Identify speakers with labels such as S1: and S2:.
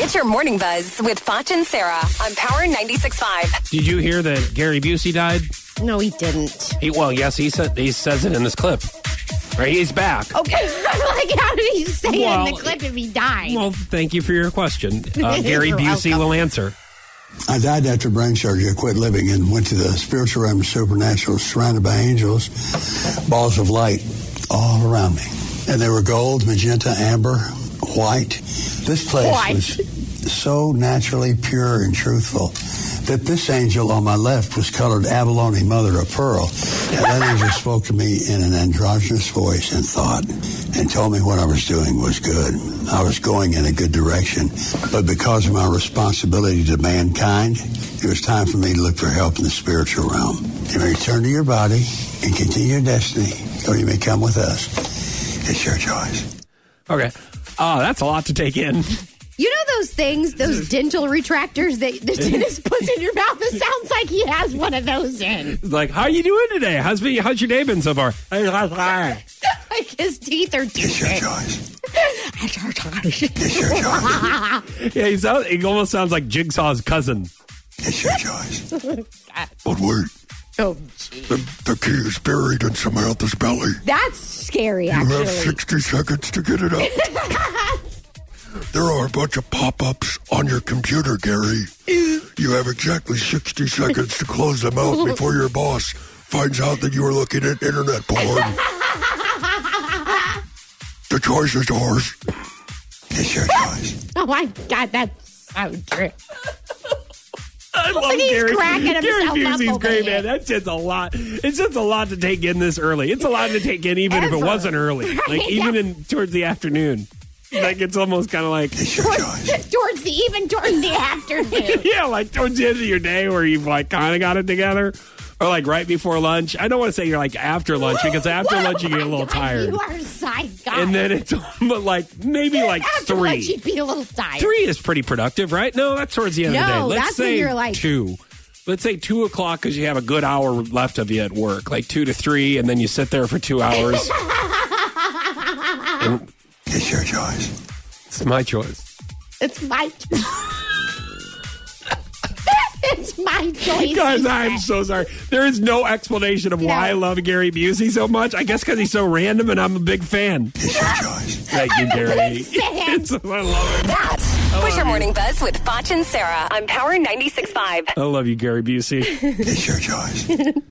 S1: It's your morning buzz with Foch and Sarah on Power 96.5.
S2: Did you hear that Gary Busey died?
S3: No, he didn't.
S2: He, well, yes, he said he says it in this clip. Right, he's back.
S3: Okay, like how did he say
S2: Well,
S3: it in the clip if he died?
S2: Well, thank you for your question. Uh, Gary
S3: You're
S2: Busey
S3: welcome.
S2: will answer.
S4: I died after brain surgery. I quit living and went to the spiritual realm, supernatural, surrounded by angels, balls of light all around me. And they were gold, magenta, amber, white. This place
S3: White.
S4: was so naturally pure and truthful that this angel on my left was colored abalone mother of pearl. And that angel spoke to me in an androgynous voice and thought and told me what I was doing was good. I was going in a good direction. But because of my responsibility to mankind, it was time for me to look for help in the spiritual realm. You may return to your body and continue your destiny, or you may come with us. It's your choice.
S2: Okay. Oh, that's a lot to take in.
S3: you know those things, those dental retractors that the dentist puts in your mouth? It sounds like he has one of those in.
S2: It's like, how you doing today? How's been, how's your day been so far? That's
S3: like his teeth are
S4: It's your
S3: different.
S4: choice. It's your choice.
S2: Yeah, he, sounds, he almost sounds like Jigsaw's cousin.
S4: It's your choice. But wait,
S3: oh, gee.
S4: the, the key is buried in Samantha's belly.
S3: That's scary,
S4: You have
S3: actually.
S4: 60 seconds to get it out. there are a bunch of pop ups on your computer, Gary. You have exactly 60 seconds to close them out before your boss finds out that you are looking at internet porn. the choice is ours. It's your choice.
S3: Oh, my God, that's so true.
S2: I love
S3: he's
S2: Gary.
S3: cracking
S2: Gary
S3: himself up
S2: Busey's
S3: over
S2: great,
S3: here.
S2: man. That's just a lot. It's just a lot to take in this early. It's a lot to take in, even if it
S3: Ever.
S2: wasn't early. Like
S3: Right?
S2: even in towards the afternoon. Like it's almost kind of like
S4: It's your choice.
S3: towards the, even towards the afternoon.
S2: yeah, like towards the end of your day where you've like kind of got it together, or like right before lunch. I don't want to say you're like after lunch because after
S3: What?
S2: lunch you get a little
S3: God,
S2: tired,
S3: You are psychotic.
S2: and then it's but like maybe like
S3: after lunch,
S2: three.
S3: you'd be a little tired.
S2: Three is pretty productive, right? No, that's towards the end of the day.
S3: No,
S2: Let's
S3: that's when
S2: say
S3: you're, like-
S2: two. Let's say two o'clock because you have a good hour left of you at work, like two to three, and then you sit there for two hours. and
S4: It's your choice.
S2: it's my choice.
S3: It's my. it's my choice.
S2: Guys,
S3: he
S2: I am
S3: said.
S2: so sorry. There is no explanation of why I love Gary Busey so much. I guess because he's so random and I'm a big fan.
S4: It's your choice.
S2: Thank you, Gary.
S3: fan.
S2: It's- I love it.
S1: That was your morning buzz with Foch and Sarah on Power 96.5.
S2: I love you, Gary Busey.
S4: It's your choice.